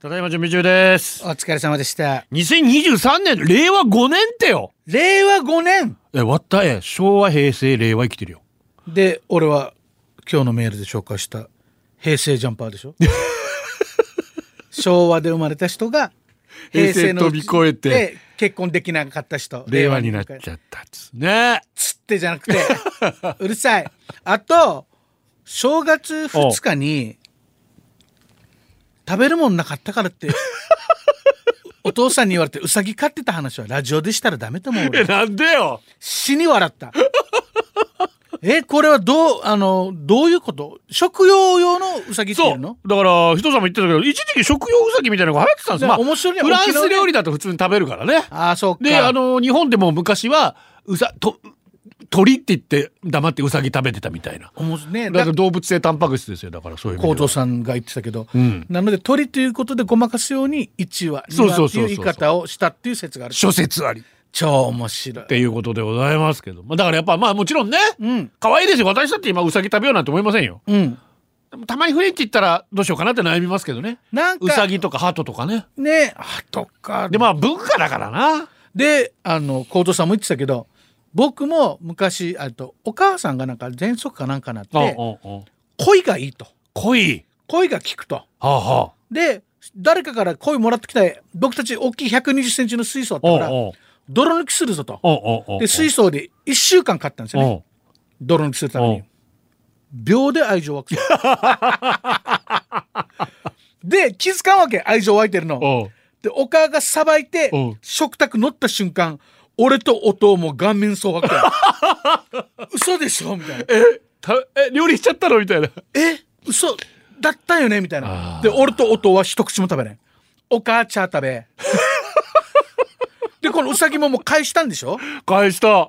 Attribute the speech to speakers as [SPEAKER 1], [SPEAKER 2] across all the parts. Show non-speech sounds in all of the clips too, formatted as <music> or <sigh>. [SPEAKER 1] ただいま準備中です
[SPEAKER 2] お。疲れ様でした。
[SPEAKER 1] 2023年、令和5年ってよ
[SPEAKER 2] 令和5年
[SPEAKER 1] え、わったえ、昭和、平成、令和生きてるよ。
[SPEAKER 2] で、俺は今日のメールで紹介した平成ジャンパー
[SPEAKER 1] <laughs>
[SPEAKER 2] でしょ昭和で生まれた人が
[SPEAKER 1] 平成
[SPEAKER 2] のうち
[SPEAKER 1] 飛び越えて
[SPEAKER 2] で結婚できなかった人。
[SPEAKER 1] 令和になっちゃ
[SPEAKER 2] う
[SPEAKER 1] ったっつ。ね
[SPEAKER 2] つってじゃな
[SPEAKER 1] <laughs>
[SPEAKER 2] くて、うるさい。あと、正月2日に食べるもんなかったからって。お父さんに言われてうさぎ飼ってた話はラジオでしたらダメと思
[SPEAKER 1] <laughs>
[SPEAKER 2] う俺
[SPEAKER 1] え。なんでよ
[SPEAKER 2] 死に笑った。 <laughs> え、これはどう、あの、どういうこと食用用のウサギってい
[SPEAKER 1] そう
[SPEAKER 2] の
[SPEAKER 1] う。だから、人さんも言ってたけど、一時期食用ウサギみたいなのが流行ってたんです
[SPEAKER 2] ね
[SPEAKER 1] まあ、
[SPEAKER 2] 面白いね
[SPEAKER 1] フラン
[SPEAKER 2] 沖縄
[SPEAKER 1] ス
[SPEAKER 2] ね
[SPEAKER 1] 料理だと普通に食べるからね。
[SPEAKER 2] ああ、そうか。
[SPEAKER 1] で、あ、の、日本でも昔は、うさ、と、鳥って言って黙ってウサギ食べてたみたいな。
[SPEAKER 2] おもし
[SPEAKER 1] だ
[SPEAKER 2] ね、だ
[SPEAKER 1] から動物性タンパク質ですよ。だからそういう意味で
[SPEAKER 2] 高
[SPEAKER 1] は。
[SPEAKER 2] 藤さんが言ってたけど、
[SPEAKER 1] ん
[SPEAKER 2] なので鳥ということでごまかすように1話、2
[SPEAKER 1] そうそう
[SPEAKER 2] 話って
[SPEAKER 1] そうそう
[SPEAKER 2] いう言い方をしたっていう説がある。
[SPEAKER 1] 諸説あり。
[SPEAKER 2] 超面白い
[SPEAKER 1] っ。ていうことでございますけど、まあ、だからやっぱまあもちろんね、
[SPEAKER 2] うん、
[SPEAKER 1] 可愛いですよ私だって今ウサギ食べようなんて思いませんよ
[SPEAKER 2] うん。
[SPEAKER 1] でもたまにフレンチ行ったらどうしようかなって悩みますけどね
[SPEAKER 2] なんか、
[SPEAKER 1] ウサギとかハトとかね
[SPEAKER 2] ね、あとか。
[SPEAKER 1] でまあ文化だからな
[SPEAKER 2] であの幸三さんも言ってたけど僕も昔あとお母さんがなんか喘息かなんかなっ
[SPEAKER 1] うん
[SPEAKER 2] て
[SPEAKER 1] うんうん
[SPEAKER 2] 恋がいいと
[SPEAKER 1] 恋
[SPEAKER 2] 恋が効くと
[SPEAKER 1] はあは
[SPEAKER 2] で誰かから恋もらってきた僕たち大きい1 2 0ンチの水槽だ
[SPEAKER 1] あお
[SPEAKER 2] っ
[SPEAKER 1] う
[SPEAKER 2] たから
[SPEAKER 1] おう
[SPEAKER 2] 泥抜きするぞと
[SPEAKER 1] おうおうおう
[SPEAKER 2] で水槽で1週間飼ったんですよね
[SPEAKER 1] おう
[SPEAKER 2] 泥抜きするため
[SPEAKER 1] お
[SPEAKER 2] に
[SPEAKER 1] う
[SPEAKER 2] 秒で愛情湧く
[SPEAKER 1] <laughs>
[SPEAKER 2] で気づかんわけ愛情湧いてるの
[SPEAKER 1] おう
[SPEAKER 2] でお母がさばいて
[SPEAKER 1] おう
[SPEAKER 2] 食卓乗った瞬間俺とお父も顔面蒼白
[SPEAKER 1] <laughs>
[SPEAKER 2] 嘘でしょみたいな
[SPEAKER 1] えたえ料理しちゃったのみたいな
[SPEAKER 2] え嘘だったよねみたい
[SPEAKER 1] あ
[SPEAKER 2] な
[SPEAKER 1] ー
[SPEAKER 2] で俺と音は一口も食べないお母ちゃん食べでこのウサギももう返したんでしょ
[SPEAKER 1] 返した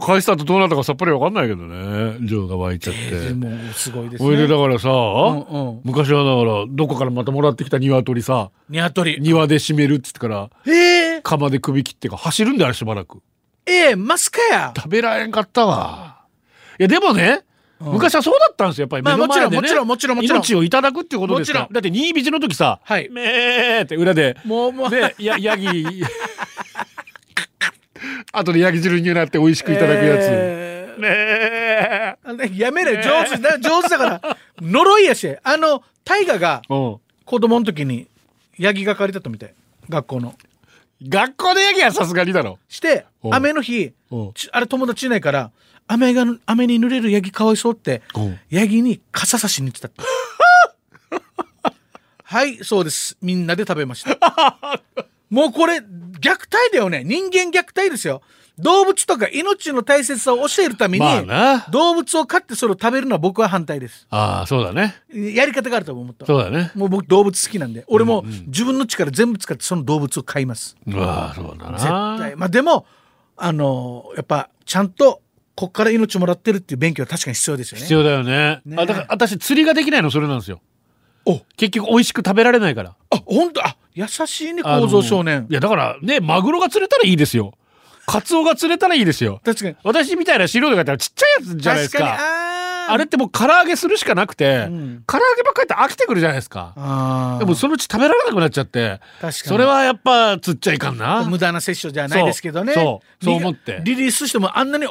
[SPEAKER 1] 返したとどうなったかさっぱりわかんないけどね情が湧いちゃって
[SPEAKER 2] でもうすごいです
[SPEAKER 1] おいで
[SPEAKER 2] ね
[SPEAKER 1] だからさ、
[SPEAKER 2] うんうん
[SPEAKER 1] 昔はだからどこからまたもらってきた鶏さ
[SPEAKER 2] ニワトリ
[SPEAKER 1] 庭で締めるっつってから
[SPEAKER 2] えー、
[SPEAKER 1] 釜で首切ってか走るんだよしばらく
[SPEAKER 2] えー、マスカや
[SPEAKER 1] 食べられんかったわいやでもね、
[SPEAKER 2] うん
[SPEAKER 1] 昔はそうだったんですよやっぱり
[SPEAKER 2] ま
[SPEAKER 1] 目
[SPEAKER 2] あ
[SPEAKER 1] の
[SPEAKER 2] もち
[SPEAKER 1] 前
[SPEAKER 2] ろ
[SPEAKER 1] でね、
[SPEAKER 2] んもちろんもちろんもちろん
[SPEAKER 1] 命をいただくっていうことですから
[SPEAKER 2] もちろん
[SPEAKER 1] だって新引の時さ「
[SPEAKER 2] はい
[SPEAKER 1] めー」って裏で
[SPEAKER 2] もうもう
[SPEAKER 1] ねやヤ
[SPEAKER 2] <laughs>
[SPEAKER 1] ギあとでヤギ汁になって美味しくいただくやつ、
[SPEAKER 2] えー
[SPEAKER 1] ねえ
[SPEAKER 2] あのねやめろよ上手だ上手だから呪いやしあの大河が
[SPEAKER 1] うん
[SPEAKER 2] 子供の時にヤギが借りたとみたい学校の
[SPEAKER 1] 学校でヤギはさすがにだろ
[SPEAKER 2] して
[SPEAKER 1] おう
[SPEAKER 2] 雨の日
[SPEAKER 1] おう
[SPEAKER 2] ちあれ友達いないから雨が雨に濡れるヤギかわいそうって
[SPEAKER 1] おう
[SPEAKER 2] ヤギに傘差しに行っ
[SPEAKER 1] <laughs>
[SPEAKER 2] てたってはいそうですみんなで食べましたもうこれ虐待だよね人間虐待ですよ動物とか命の大切さを教えるために、
[SPEAKER 1] まあな
[SPEAKER 2] 動物を飼ってそれを食べるのは僕は反対です
[SPEAKER 1] ああそうだね
[SPEAKER 2] やり方があると思った
[SPEAKER 1] そうだね
[SPEAKER 2] もう僕動物好きなんで俺も自分の力全部使ってその動物を飼います
[SPEAKER 1] うわあそうだな
[SPEAKER 2] 絶対まあでもあのやっぱちゃんとこっから命もらってるっていう勉強は確かに必要ですよね
[SPEAKER 1] 必要だよね
[SPEAKER 2] ね
[SPEAKER 1] あだから私釣りができないのそれなんですよ
[SPEAKER 2] お
[SPEAKER 1] 結局美味しく食べられないから
[SPEAKER 2] あ本当あ優しいね構造少
[SPEAKER 1] あの
[SPEAKER 2] 年
[SPEAKER 1] いやだからねマグロが釣れたらいいですよカツオが釣れたらいいですよ
[SPEAKER 2] 確かに
[SPEAKER 1] 私みたいな素人がいたらちっちゃいやつじゃないですか
[SPEAKER 2] 確かにあー
[SPEAKER 1] あれってもう唐揚げするしかなくて、
[SPEAKER 2] うん
[SPEAKER 1] 唐揚げばっかりって飽きてくるじゃないですか
[SPEAKER 2] あー
[SPEAKER 1] でもそのうち食べられなくなっちゃって
[SPEAKER 2] 確かに
[SPEAKER 1] それはやっぱ釣っちゃいかんな
[SPEAKER 2] 無駄な摂取じゃないですけどね
[SPEAKER 1] そうそうそう思って
[SPEAKER 2] リリリースしてもあんなにあ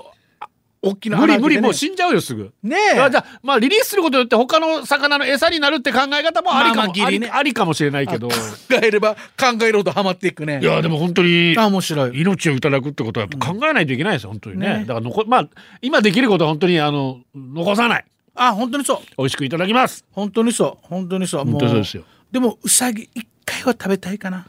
[SPEAKER 2] 大きな
[SPEAKER 1] 無
[SPEAKER 2] 穴
[SPEAKER 1] 理
[SPEAKER 2] 開け
[SPEAKER 1] 無
[SPEAKER 2] てね
[SPEAKER 1] 理もう死んじゃうよすぐ
[SPEAKER 2] ね
[SPEAKER 1] だから
[SPEAKER 2] え
[SPEAKER 1] じゃあまあリリースすることによって他の魚の餌になるって考え方もありかも、
[SPEAKER 2] まあまあギ
[SPEAKER 1] あり
[SPEAKER 2] リね
[SPEAKER 1] ありかもしれないけど
[SPEAKER 2] 考えれば考えるほどハマっていくね
[SPEAKER 1] いやでも本当に
[SPEAKER 2] あ面白い
[SPEAKER 1] 命をいただくってことはやっぱ考えないといけないですよ、本当にね
[SPEAKER 2] ね
[SPEAKER 1] だから残まあ今できることは本当にあの残さない
[SPEAKER 2] あ本当にそう
[SPEAKER 1] 美味しくいただきます
[SPEAKER 2] 本当にそう本当にそうも
[SPEAKER 1] 本当そうですよ
[SPEAKER 2] でもうさぎ一回は食べたいかな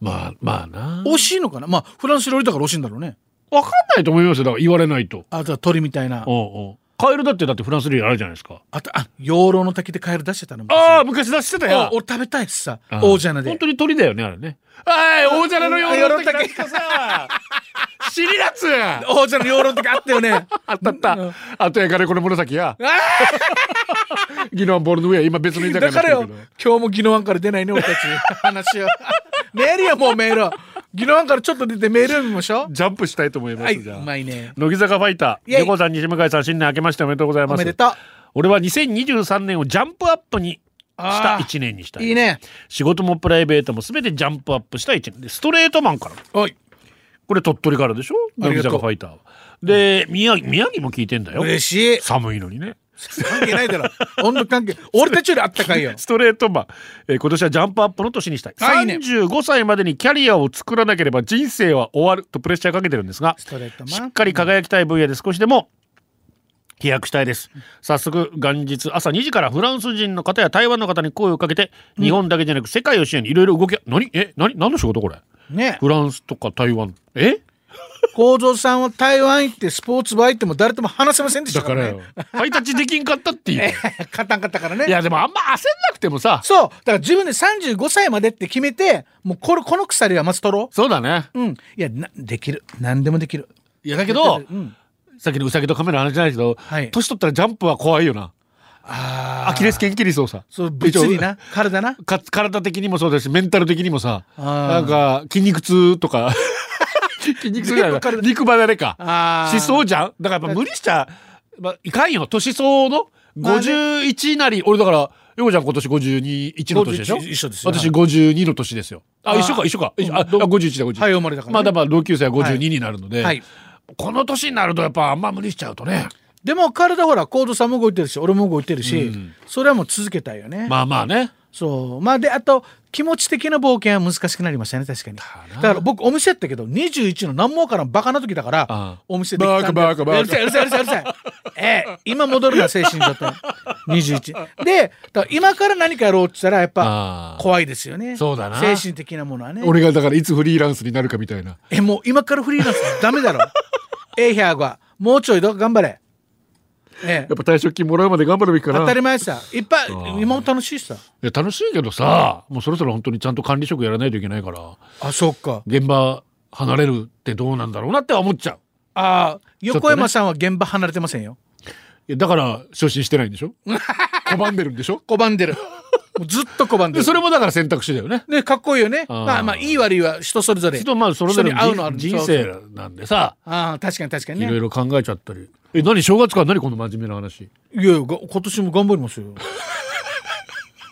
[SPEAKER 1] まあまあな
[SPEAKER 2] 惜しいのかなまあフランス料理だから惜しいんだろうね
[SPEAKER 1] わかんないと思いますよだから言われないと
[SPEAKER 2] あとは鳥みたいな
[SPEAKER 1] おうおうカエルだってだってフランス料理あるじゃないですか
[SPEAKER 2] あとあ養老の滝でカエル出してたの
[SPEAKER 1] ああ昔出してた
[SPEAKER 2] あ
[SPEAKER 1] よ
[SPEAKER 2] 俺食べたいしさ
[SPEAKER 1] あー
[SPEAKER 2] 大ジャナで
[SPEAKER 1] 本当に鳥だよねあれねはい大皿のような時ださ <laughs> シリラツ
[SPEAKER 2] 大ジャナ養老の滝あっ
[SPEAKER 1] <laughs>
[SPEAKER 2] たよね
[SPEAKER 1] あったあったあとやかれこの紫や
[SPEAKER 2] あ
[SPEAKER 1] ギノンボールの上は今別の居
[SPEAKER 2] ー
[SPEAKER 1] 酒屋
[SPEAKER 2] だ
[SPEAKER 1] にな
[SPEAKER 2] か
[SPEAKER 1] って
[SPEAKER 2] ら
[SPEAKER 1] る
[SPEAKER 2] よ
[SPEAKER 1] けど
[SPEAKER 2] 今日もギノワンから出ないね俺たち話をメールよもうメールギノワンからちょっと出てメールを見ましょ
[SPEAKER 1] ジャンプしたいと思いうま
[SPEAKER 2] はい
[SPEAKER 1] す
[SPEAKER 2] う
[SPEAKER 1] じゃあ
[SPEAKER 2] まいね
[SPEAKER 1] 乃木坂ファイタ
[SPEAKER 2] イェ
[SPEAKER 1] ー
[SPEAKER 2] イ
[SPEAKER 1] 横尾さん西向井さん新年明けましておめでとうございます
[SPEAKER 2] おめでとう
[SPEAKER 1] 俺は2023年をジャンプアップにした
[SPEAKER 2] あー
[SPEAKER 1] 1年にした
[SPEAKER 2] いいね
[SPEAKER 1] 仕事もプライベートも全てジャンプアップした1年でストレートマンから
[SPEAKER 2] はい
[SPEAKER 1] これ鳥取からでしょ
[SPEAKER 2] あ
[SPEAKER 1] 乃
[SPEAKER 2] り
[SPEAKER 1] 木
[SPEAKER 2] がとう
[SPEAKER 1] 坂ファイターはで宮城宮城も聞いてんだよ
[SPEAKER 2] 嬉しい
[SPEAKER 1] 寒いのにね
[SPEAKER 2] 関係ないだろ温度関係俺たちよりあった
[SPEAKER 1] <laughs>
[SPEAKER 2] かいよ
[SPEAKER 1] ストレートマン、えー今年はジャンプアップの年にしたい
[SPEAKER 2] あいいね
[SPEAKER 1] 35歳までにキャリアを作らなければ人生は終わるとプレッシャーかけてるんですが
[SPEAKER 2] ストレート
[SPEAKER 1] し
[SPEAKER 2] マン
[SPEAKER 1] っかり輝きたい分野で少しでも飛躍したいです早速元日朝2時からフランス人の方や台湾の方に声をかけて、日本だけじゃなく世界を支援にいろいろ動きが何え何何の仕事これ
[SPEAKER 2] ね
[SPEAKER 1] フランスとか台湾え
[SPEAKER 2] 構造さんは台湾行ってスポーツバー行っても誰とも話せませんでし
[SPEAKER 1] だ
[SPEAKER 2] た
[SPEAKER 1] か
[SPEAKER 2] からら
[SPEAKER 1] よ
[SPEAKER 2] ね
[SPEAKER 1] ハイタッチできんかった
[SPEAKER 2] <laughs>
[SPEAKER 1] っていう
[SPEAKER 2] 勝たんかったから
[SPEAKER 1] い
[SPEAKER 2] ね
[SPEAKER 1] やでもあんま焦んなくてもさ
[SPEAKER 2] そうだから自分で35歳までって決めてもうこれこの鎖はまず取ろ
[SPEAKER 1] そうだね
[SPEAKER 2] ううんいやなできる何でもできる
[SPEAKER 1] いやだけど
[SPEAKER 2] うん
[SPEAKER 1] さっきのウサギとカメラの話じゃないけど、
[SPEAKER 2] はい
[SPEAKER 1] 年取ったらジャンプは怖いよな
[SPEAKER 2] あ
[SPEAKER 1] アキレス腱切りそうさ
[SPEAKER 2] そう物理な体な
[SPEAKER 1] か体的にもそうだしメンタル的にもさな
[SPEAKER 2] あー
[SPEAKER 1] んか筋肉痛と
[SPEAKER 2] <laughs>
[SPEAKER 1] か筋肉痛じゃない
[SPEAKER 2] 全部体
[SPEAKER 1] 肉離れか
[SPEAKER 2] あ
[SPEAKER 1] しそううじゃんだからやっぱ無理しちゃ、まあ、いかんよ年相応の51なり、俺だからようちゃん今年521の年でしょ
[SPEAKER 2] 51一緒ですよ
[SPEAKER 1] 私52の年ですよあ
[SPEAKER 2] あー
[SPEAKER 1] 一緒か一緒か、
[SPEAKER 2] うん
[SPEAKER 1] ああ51だ51、
[SPEAKER 2] はい生まれだからね
[SPEAKER 1] まあだから同級生は52になるので、
[SPEAKER 2] はい
[SPEAKER 1] この年になるとやっぱあんま無理しちゃうとね
[SPEAKER 2] でも体ほらコードさんも動いてるし俺も動いてるし、それはもう続けたいよね、
[SPEAKER 1] まあまあね
[SPEAKER 2] そうまあであと気持ち的な冒険は難しくなりましたね確かに
[SPEAKER 1] な
[SPEAKER 2] だから僕お店やったけど21の何もわからんバカな時だから
[SPEAKER 1] ああ
[SPEAKER 2] お店できたんだ
[SPEAKER 1] バカバカバカ
[SPEAKER 2] うるさいうるさいうるさいうるさいええ今戻るな精神状
[SPEAKER 1] <laughs>
[SPEAKER 2] 態21でだから今から何かやろうって言ったらや
[SPEAKER 1] あ
[SPEAKER 2] っ
[SPEAKER 1] あ
[SPEAKER 2] ぱ怖いですよね
[SPEAKER 1] そうだな
[SPEAKER 2] 精神的なものはね
[SPEAKER 1] 俺がだからいつフリーランスになるかみたいな
[SPEAKER 2] えもう今からフリーランスダメだろええヒャーがもうちょいど頑張れええ
[SPEAKER 1] やっぱ退職金もらうまで頑張るべきかな
[SPEAKER 2] 当たり前さいっぱい今も楽しいさ
[SPEAKER 1] いや楽しいけどさもうそろそろ本当にちゃんと管理職やらないといけないから
[SPEAKER 2] あそっか
[SPEAKER 1] 現場離れるってどうなんだろうなって思っちゃう
[SPEAKER 2] ああ
[SPEAKER 1] とね
[SPEAKER 2] 横山さんは現場離れてませんよ
[SPEAKER 1] いやだから昇進してないん <laughs> でしょ拒んでるんでしょ
[SPEAKER 2] 拒んでる <laughs> もうずっと拒んで
[SPEAKER 1] で
[SPEAKER 2] る
[SPEAKER 1] それもだから選択肢だよね
[SPEAKER 2] ねかっこいいよね
[SPEAKER 1] あー
[SPEAKER 2] まあまあいい悪いは人それぞれ
[SPEAKER 1] 人まあそれぞれの
[SPEAKER 2] 人に合うのある
[SPEAKER 1] 人人
[SPEAKER 2] そうそう
[SPEAKER 1] 生なんでさ
[SPEAKER 2] ああ確かに確かに
[SPEAKER 1] い
[SPEAKER 2] ね
[SPEAKER 1] ろいろ考えちゃったりえ何正月から何この真面目な話
[SPEAKER 2] いやいやが今年も頑張りますよ <laughs>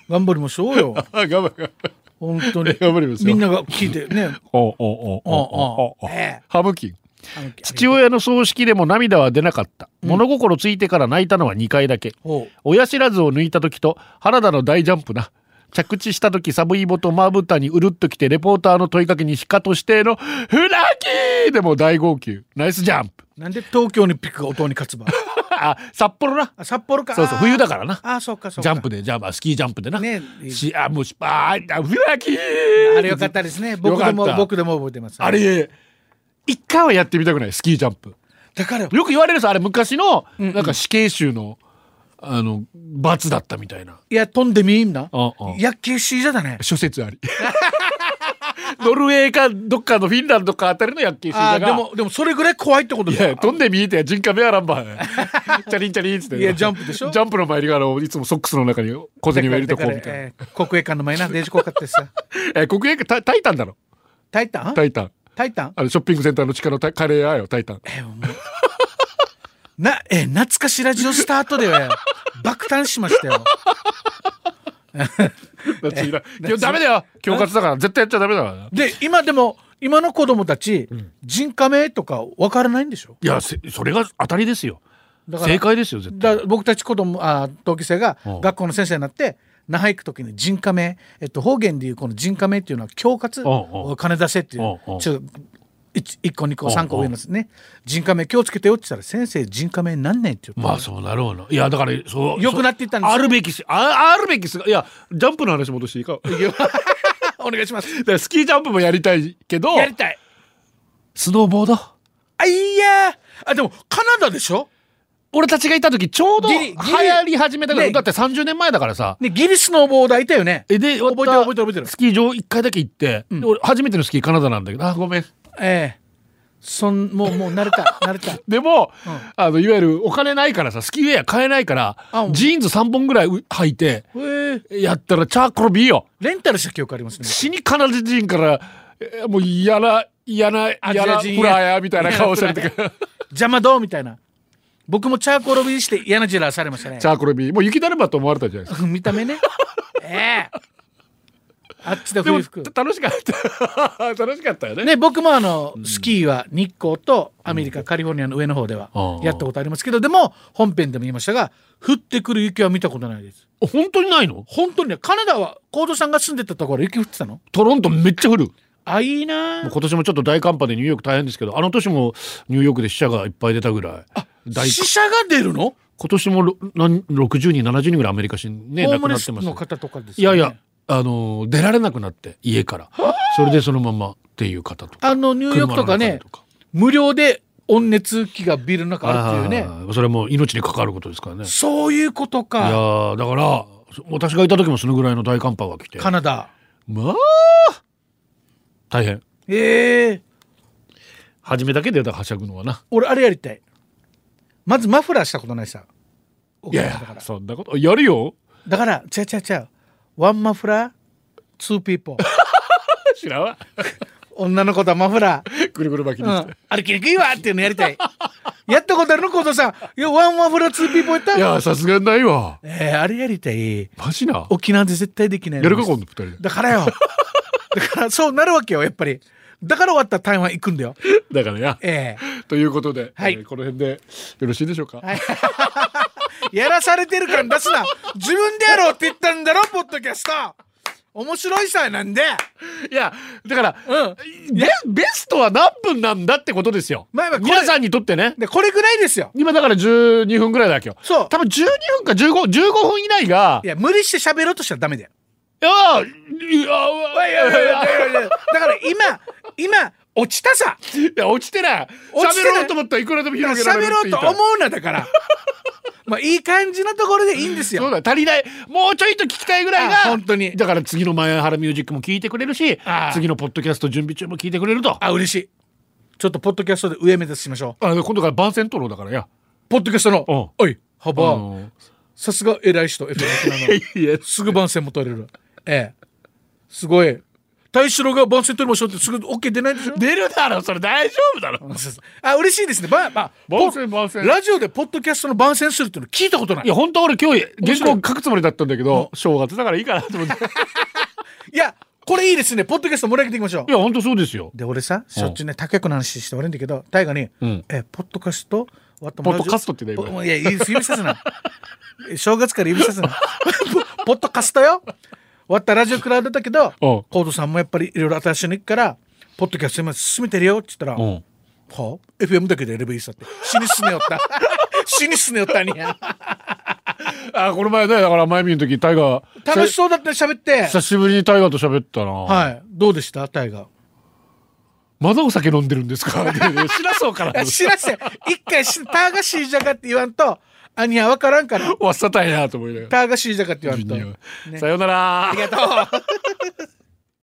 [SPEAKER 2] 頑張りましょうよ
[SPEAKER 1] あ頑張る
[SPEAKER 2] 本当 <laughs> に
[SPEAKER 1] 頑張りますよ
[SPEAKER 2] みんなが聞いて <laughs> ね
[SPEAKER 1] おうおうおうおうおうおう
[SPEAKER 2] おうおうええ
[SPEAKER 1] ハムキン
[SPEAKER 2] あの
[SPEAKER 1] 父親の葬式でも涙は出なかった、物心ついてから泣いたのは2回だけ
[SPEAKER 2] ほう
[SPEAKER 1] 親知らずを抜いた時と原田の大ジャンプな着地した時サブイボとまぶたにうるっときてレポーターの問いかけにシカと指定の「フラキー!」でも大号泣ナイスジャンプ
[SPEAKER 2] なんで東京オリンピックが音に勝つば
[SPEAKER 1] あ札幌な
[SPEAKER 2] あ札幌か
[SPEAKER 1] そうそう冬だからな
[SPEAKER 2] ああそうかそうか
[SPEAKER 1] ジャンプでジャンプあスキージャンプでな、
[SPEAKER 2] ね
[SPEAKER 1] しあもうしあーあフラキー
[SPEAKER 2] あれよかったですね僕で
[SPEAKER 1] よかっ
[SPEAKER 2] も
[SPEAKER 1] た
[SPEAKER 2] 僕でも覚えてます
[SPEAKER 1] あれ一回はやってみたくないスキージャンプ
[SPEAKER 2] だから
[SPEAKER 1] よく言われるさあれ昔のなんか死刑囚のあの罰だったみたいない
[SPEAKER 2] や飛んでみんな
[SPEAKER 1] ああ
[SPEAKER 2] やっけしいじゃだね
[SPEAKER 1] 諸説ありノルウェーかどっかのフィンランドかあたりの薬系シ
[SPEAKER 2] あ
[SPEAKER 1] ー
[SPEAKER 2] あ
[SPEAKER 1] が
[SPEAKER 2] でもでもそれぐらい怖いってこと
[SPEAKER 1] い
[SPEAKER 2] だよ
[SPEAKER 1] や飛んでみーて人家目あらんば <laughs> いチャリンチャリンっつって
[SPEAKER 2] いやジャンプでしょ
[SPEAKER 1] ジャンプの前にあのいつもソックスの中に小銭を入れとこうみたいな、
[SPEAKER 2] だからだからえー国営館の前なデジコかって
[SPEAKER 1] <laughs>
[SPEAKER 2] さ
[SPEAKER 1] えー国営かタタイタンだろ
[SPEAKER 2] タイタン
[SPEAKER 1] タイタン
[SPEAKER 2] タイタン
[SPEAKER 1] あのショッピングセンターの地下のタカレー屋よタイ <laughs> タン
[SPEAKER 2] えーもうなえー懐かしラジオスタートでは爆誕しましたよ
[SPEAKER 1] だっていら今日ダメだよ恐喝だから絶対やっちゃダメだからな
[SPEAKER 2] で今でも今の子供たち人家名とかわからないんでしょ
[SPEAKER 1] いやせそれが当たりですよ
[SPEAKER 2] だから
[SPEAKER 1] 正解ですよ絶対
[SPEAKER 2] だ僕たち子供あ同級生が
[SPEAKER 1] うん
[SPEAKER 2] 学校の先生になって那覇行く時に人家名、えっと、方言でいうこの人家名っていうのは恐喝
[SPEAKER 1] んうん
[SPEAKER 2] お金出せっていう
[SPEAKER 1] うんうん
[SPEAKER 2] ちょ 1, 個2個3個
[SPEAKER 1] うんう
[SPEAKER 2] 上
[SPEAKER 1] ん
[SPEAKER 2] のね人家名気をつけてよって言ったら先生人家名なんねんっていう、
[SPEAKER 1] まあそうなろうな。いやだからそう
[SPEAKER 2] 良くなっていったんで
[SPEAKER 1] そ
[SPEAKER 2] すよ
[SPEAKER 1] うあるべきしああるべきすがいやジャンプの話戻していいか。だか
[SPEAKER 2] <laughs> お願いします
[SPEAKER 1] らスキージャンプもやりたいけど
[SPEAKER 2] やりたい
[SPEAKER 1] スノーボード。
[SPEAKER 2] あいやーあでもカナダでしょ、
[SPEAKER 1] 俺たちがいた時ちょうど流
[SPEAKER 2] ギリギリ
[SPEAKER 1] 行り始めたから
[SPEAKER 2] ね
[SPEAKER 1] だって30年前だからさ。
[SPEAKER 2] ね、ギリスのボーダーいたよね
[SPEAKER 1] えで
[SPEAKER 2] 覚えてる覚えてる覚えてる
[SPEAKER 1] スキー場一回だけ行って、で俺初めてのスキーカナダなんだけどあごめん。
[SPEAKER 2] ええそんもうもう慣れた慣れた
[SPEAKER 1] でも、あのいわゆるお金ないからさスキーウェア買えないから
[SPEAKER 2] あうん
[SPEAKER 1] ジーンズ3本ぐらいう履いて
[SPEAKER 2] ええ
[SPEAKER 1] やったらチャーコロビーよ。
[SPEAKER 2] レンタルした記憶ありますね
[SPEAKER 1] 死にカナダ人から、えーもう嫌な、嫌な、嫌
[SPEAKER 2] ジ
[SPEAKER 1] な
[SPEAKER 2] ア
[SPEAKER 1] フ
[SPEAKER 2] 人や
[SPEAKER 1] ラヤーみたいな顔されてく
[SPEAKER 2] <laughs>
[SPEAKER 1] る。
[SPEAKER 2] 邪魔どうみたいな僕もチャーコロビーして嫌なジラーされました
[SPEAKER 1] <laughs>
[SPEAKER 2] ね
[SPEAKER 1] チャーコロビー。もう雪だるまと思われたじゃないですか。
[SPEAKER 2] 見た目ねえええあっちで
[SPEAKER 1] でも
[SPEAKER 2] 冬服
[SPEAKER 1] 楽しかった
[SPEAKER 2] <laughs>
[SPEAKER 1] 楽しかったよね
[SPEAKER 2] ね僕もあのスキーは日光とアメリカ、カリフォルニアの上の方では
[SPEAKER 1] ああ
[SPEAKER 2] やったことありますけどでも本編でも言いましたが降ってくる雪は見たことないです
[SPEAKER 1] 本当にないの
[SPEAKER 2] 本当にねカナダはコードさんが住んでたところ雪降ってたの
[SPEAKER 1] トロントめっちゃ降る
[SPEAKER 2] あいいな
[SPEAKER 1] もう
[SPEAKER 2] あ
[SPEAKER 1] 今年もちょっと大寒波でニューヨーク大変ですけどあの年もニューヨークで死者がいっぱい出たぐらい大
[SPEAKER 2] 死者が出るの
[SPEAKER 1] 今年もろなん60人70人ぐらいアメリカ人ね
[SPEAKER 2] ホー
[SPEAKER 1] 亡
[SPEAKER 2] ム
[SPEAKER 1] くな
[SPEAKER 2] レ
[SPEAKER 1] って
[SPEAKER 2] ス
[SPEAKER 1] ます
[SPEAKER 2] の方とかです
[SPEAKER 1] い
[SPEAKER 2] よ
[SPEAKER 1] やい
[SPEAKER 2] ね
[SPEAKER 1] やあのー出られなくなって家からそれでそのままっていう方とか
[SPEAKER 2] あのニューヨークとかね
[SPEAKER 1] 車の中とか
[SPEAKER 2] 無料で温熱器がビルの中あるっていうね
[SPEAKER 1] あーそれも命に関わることですからねい
[SPEAKER 2] そういうこと
[SPEAKER 1] や
[SPEAKER 2] か
[SPEAKER 1] ーだからそ私がいた時もそのぐらいの大寒波が来て
[SPEAKER 2] カナダ
[SPEAKER 1] まあ大変
[SPEAKER 2] ええ
[SPEAKER 1] 初めだけでだからはしゃぐのはな
[SPEAKER 2] 俺あれやりたいまずマフラーしたことないさ
[SPEAKER 1] いやい
[SPEAKER 2] お母さんだか
[SPEAKER 1] や
[SPEAKER 2] ら
[SPEAKER 1] そんなことやるよ
[SPEAKER 2] だからちゃうちゃうちゃうワンマフラーツーピーポー
[SPEAKER 1] 知らんわ
[SPEAKER 2] 女の子とはマフラー、
[SPEAKER 1] くるぐる巻き
[SPEAKER 2] う
[SPEAKER 1] にして、
[SPEAKER 2] ん、歩きにくいわっていうのやりたいやったことあるの近藤さんいやワンマフラーツーピーポーやった
[SPEAKER 1] いやさすがにないわ
[SPEAKER 2] えー、あれやりたい
[SPEAKER 1] マジな
[SPEAKER 2] 沖縄で絶対できないの
[SPEAKER 1] やるか今度二人で
[SPEAKER 2] だからよだからそうなるわけよやっぱりだから終わったら台湾行くんだよ
[SPEAKER 1] だからや
[SPEAKER 2] ええ
[SPEAKER 1] ということで、
[SPEAKER 2] はい
[SPEAKER 1] えーこの辺でよろしいでしょうか、
[SPEAKER 2] <laughs> やらされてる感出すな自分でやろうって言ったんだろポッドキャスト面白いさなんで
[SPEAKER 1] い、やだから、
[SPEAKER 2] う
[SPEAKER 1] ベベストは何分なんだってことですよ、
[SPEAKER 2] まあまあこれ
[SPEAKER 1] 皆さんにとってね
[SPEAKER 2] でこれぐらいですよ
[SPEAKER 1] 今だから12分ぐらいだっけよ
[SPEAKER 2] そう
[SPEAKER 1] 多分12分か1515分以内が
[SPEAKER 2] いや無理して喋ろうとしたらダメだよ
[SPEAKER 1] いやいやいやいやいや
[SPEAKER 2] だから今今落ちたさ
[SPEAKER 1] いや落ちてない
[SPEAKER 2] 落ちて
[SPEAKER 1] 喋
[SPEAKER 2] ない
[SPEAKER 1] ろうと思ったらいくらでも広げられる
[SPEAKER 2] 喋ろうと
[SPEAKER 1] って言
[SPEAKER 2] 思
[SPEAKER 1] いたいう
[SPEAKER 2] なだからまあいい感じのところでいいんです
[SPEAKER 1] そう
[SPEAKER 2] よ
[SPEAKER 1] だ足りないもうちょいと聞きたいぐらいが
[SPEAKER 2] あ本当に
[SPEAKER 1] だから次の「マヤハラミュージック」も聞いてくれるし
[SPEAKER 2] あ
[SPEAKER 1] 次のポッドキャスト準備中も聞いてくれるとあ
[SPEAKER 2] あ嬉しいちょっとポッドキャストで上目指しましょう
[SPEAKER 1] 今度から番宣討論だからや
[SPEAKER 2] ポッドキャストの
[SPEAKER 1] うん
[SPEAKER 2] おい幅、
[SPEAKER 1] あの
[SPEAKER 2] さすが偉い人 FM 沖縄の
[SPEAKER 1] いや
[SPEAKER 2] すぐ番宣も取れる。ええ。すごい。大志郎が番宣取りましょうってすぐ OK 出ないでしょ
[SPEAKER 1] 出るだろそれ大丈夫だろ
[SPEAKER 2] あ、嬉しいですね。ば、ば、
[SPEAKER 1] 番宣番宣
[SPEAKER 2] ラジオでポッドキャストの番宣するっていうの聞いたことない。
[SPEAKER 1] いや本当俺今日
[SPEAKER 2] 面
[SPEAKER 1] 原
[SPEAKER 2] 白い
[SPEAKER 1] 稿書くつもりだったんだけど正月だからいいかなと思って
[SPEAKER 2] いや、これいいですね。ポッドキャスト盛り上げていきましょう
[SPEAKER 1] <laughs> い。や本当そうですよ
[SPEAKER 2] で、俺さ、しょっちゅうね、竹子の話して悪いんだけど、大河に、
[SPEAKER 1] うん
[SPEAKER 2] え、ポッドキャストポ
[SPEAKER 1] ポッドカストって言
[SPEAKER 2] ね
[SPEAKER 1] えばいい
[SPEAKER 2] いや、指指さすな。え正月から指さすな。 <laughs> ポポッドキャストよ。終わったラジオクラウドだけ
[SPEAKER 1] う
[SPEAKER 2] ど、
[SPEAKER 1] ん
[SPEAKER 2] コードさんもやっぱりいろいろ新しいの行くから、ポッドキャスト今進めてるよって言ったら、
[SPEAKER 1] うん
[SPEAKER 2] はあ FM だけでやればいいさって死にすねよった
[SPEAKER 1] <laughs>
[SPEAKER 2] 死にすねよったにや
[SPEAKER 1] あこの前ねだから前見の時タイガー
[SPEAKER 2] 楽しそうだったね喋って
[SPEAKER 1] 久しぶりにタイガーと喋ったな
[SPEAKER 2] はいどうでしたタイガ
[SPEAKER 1] まだお酒飲んでるんですかで知らそう <laughs> かな
[SPEAKER 2] ー知らせ一回しターガシーじゃがって言わんとあにゃわからんから
[SPEAKER 1] わっさたいなと思いながら 네.
[SPEAKER 2] ターガシーじゃがって言わんと
[SPEAKER 1] さようなら
[SPEAKER 2] ありがとう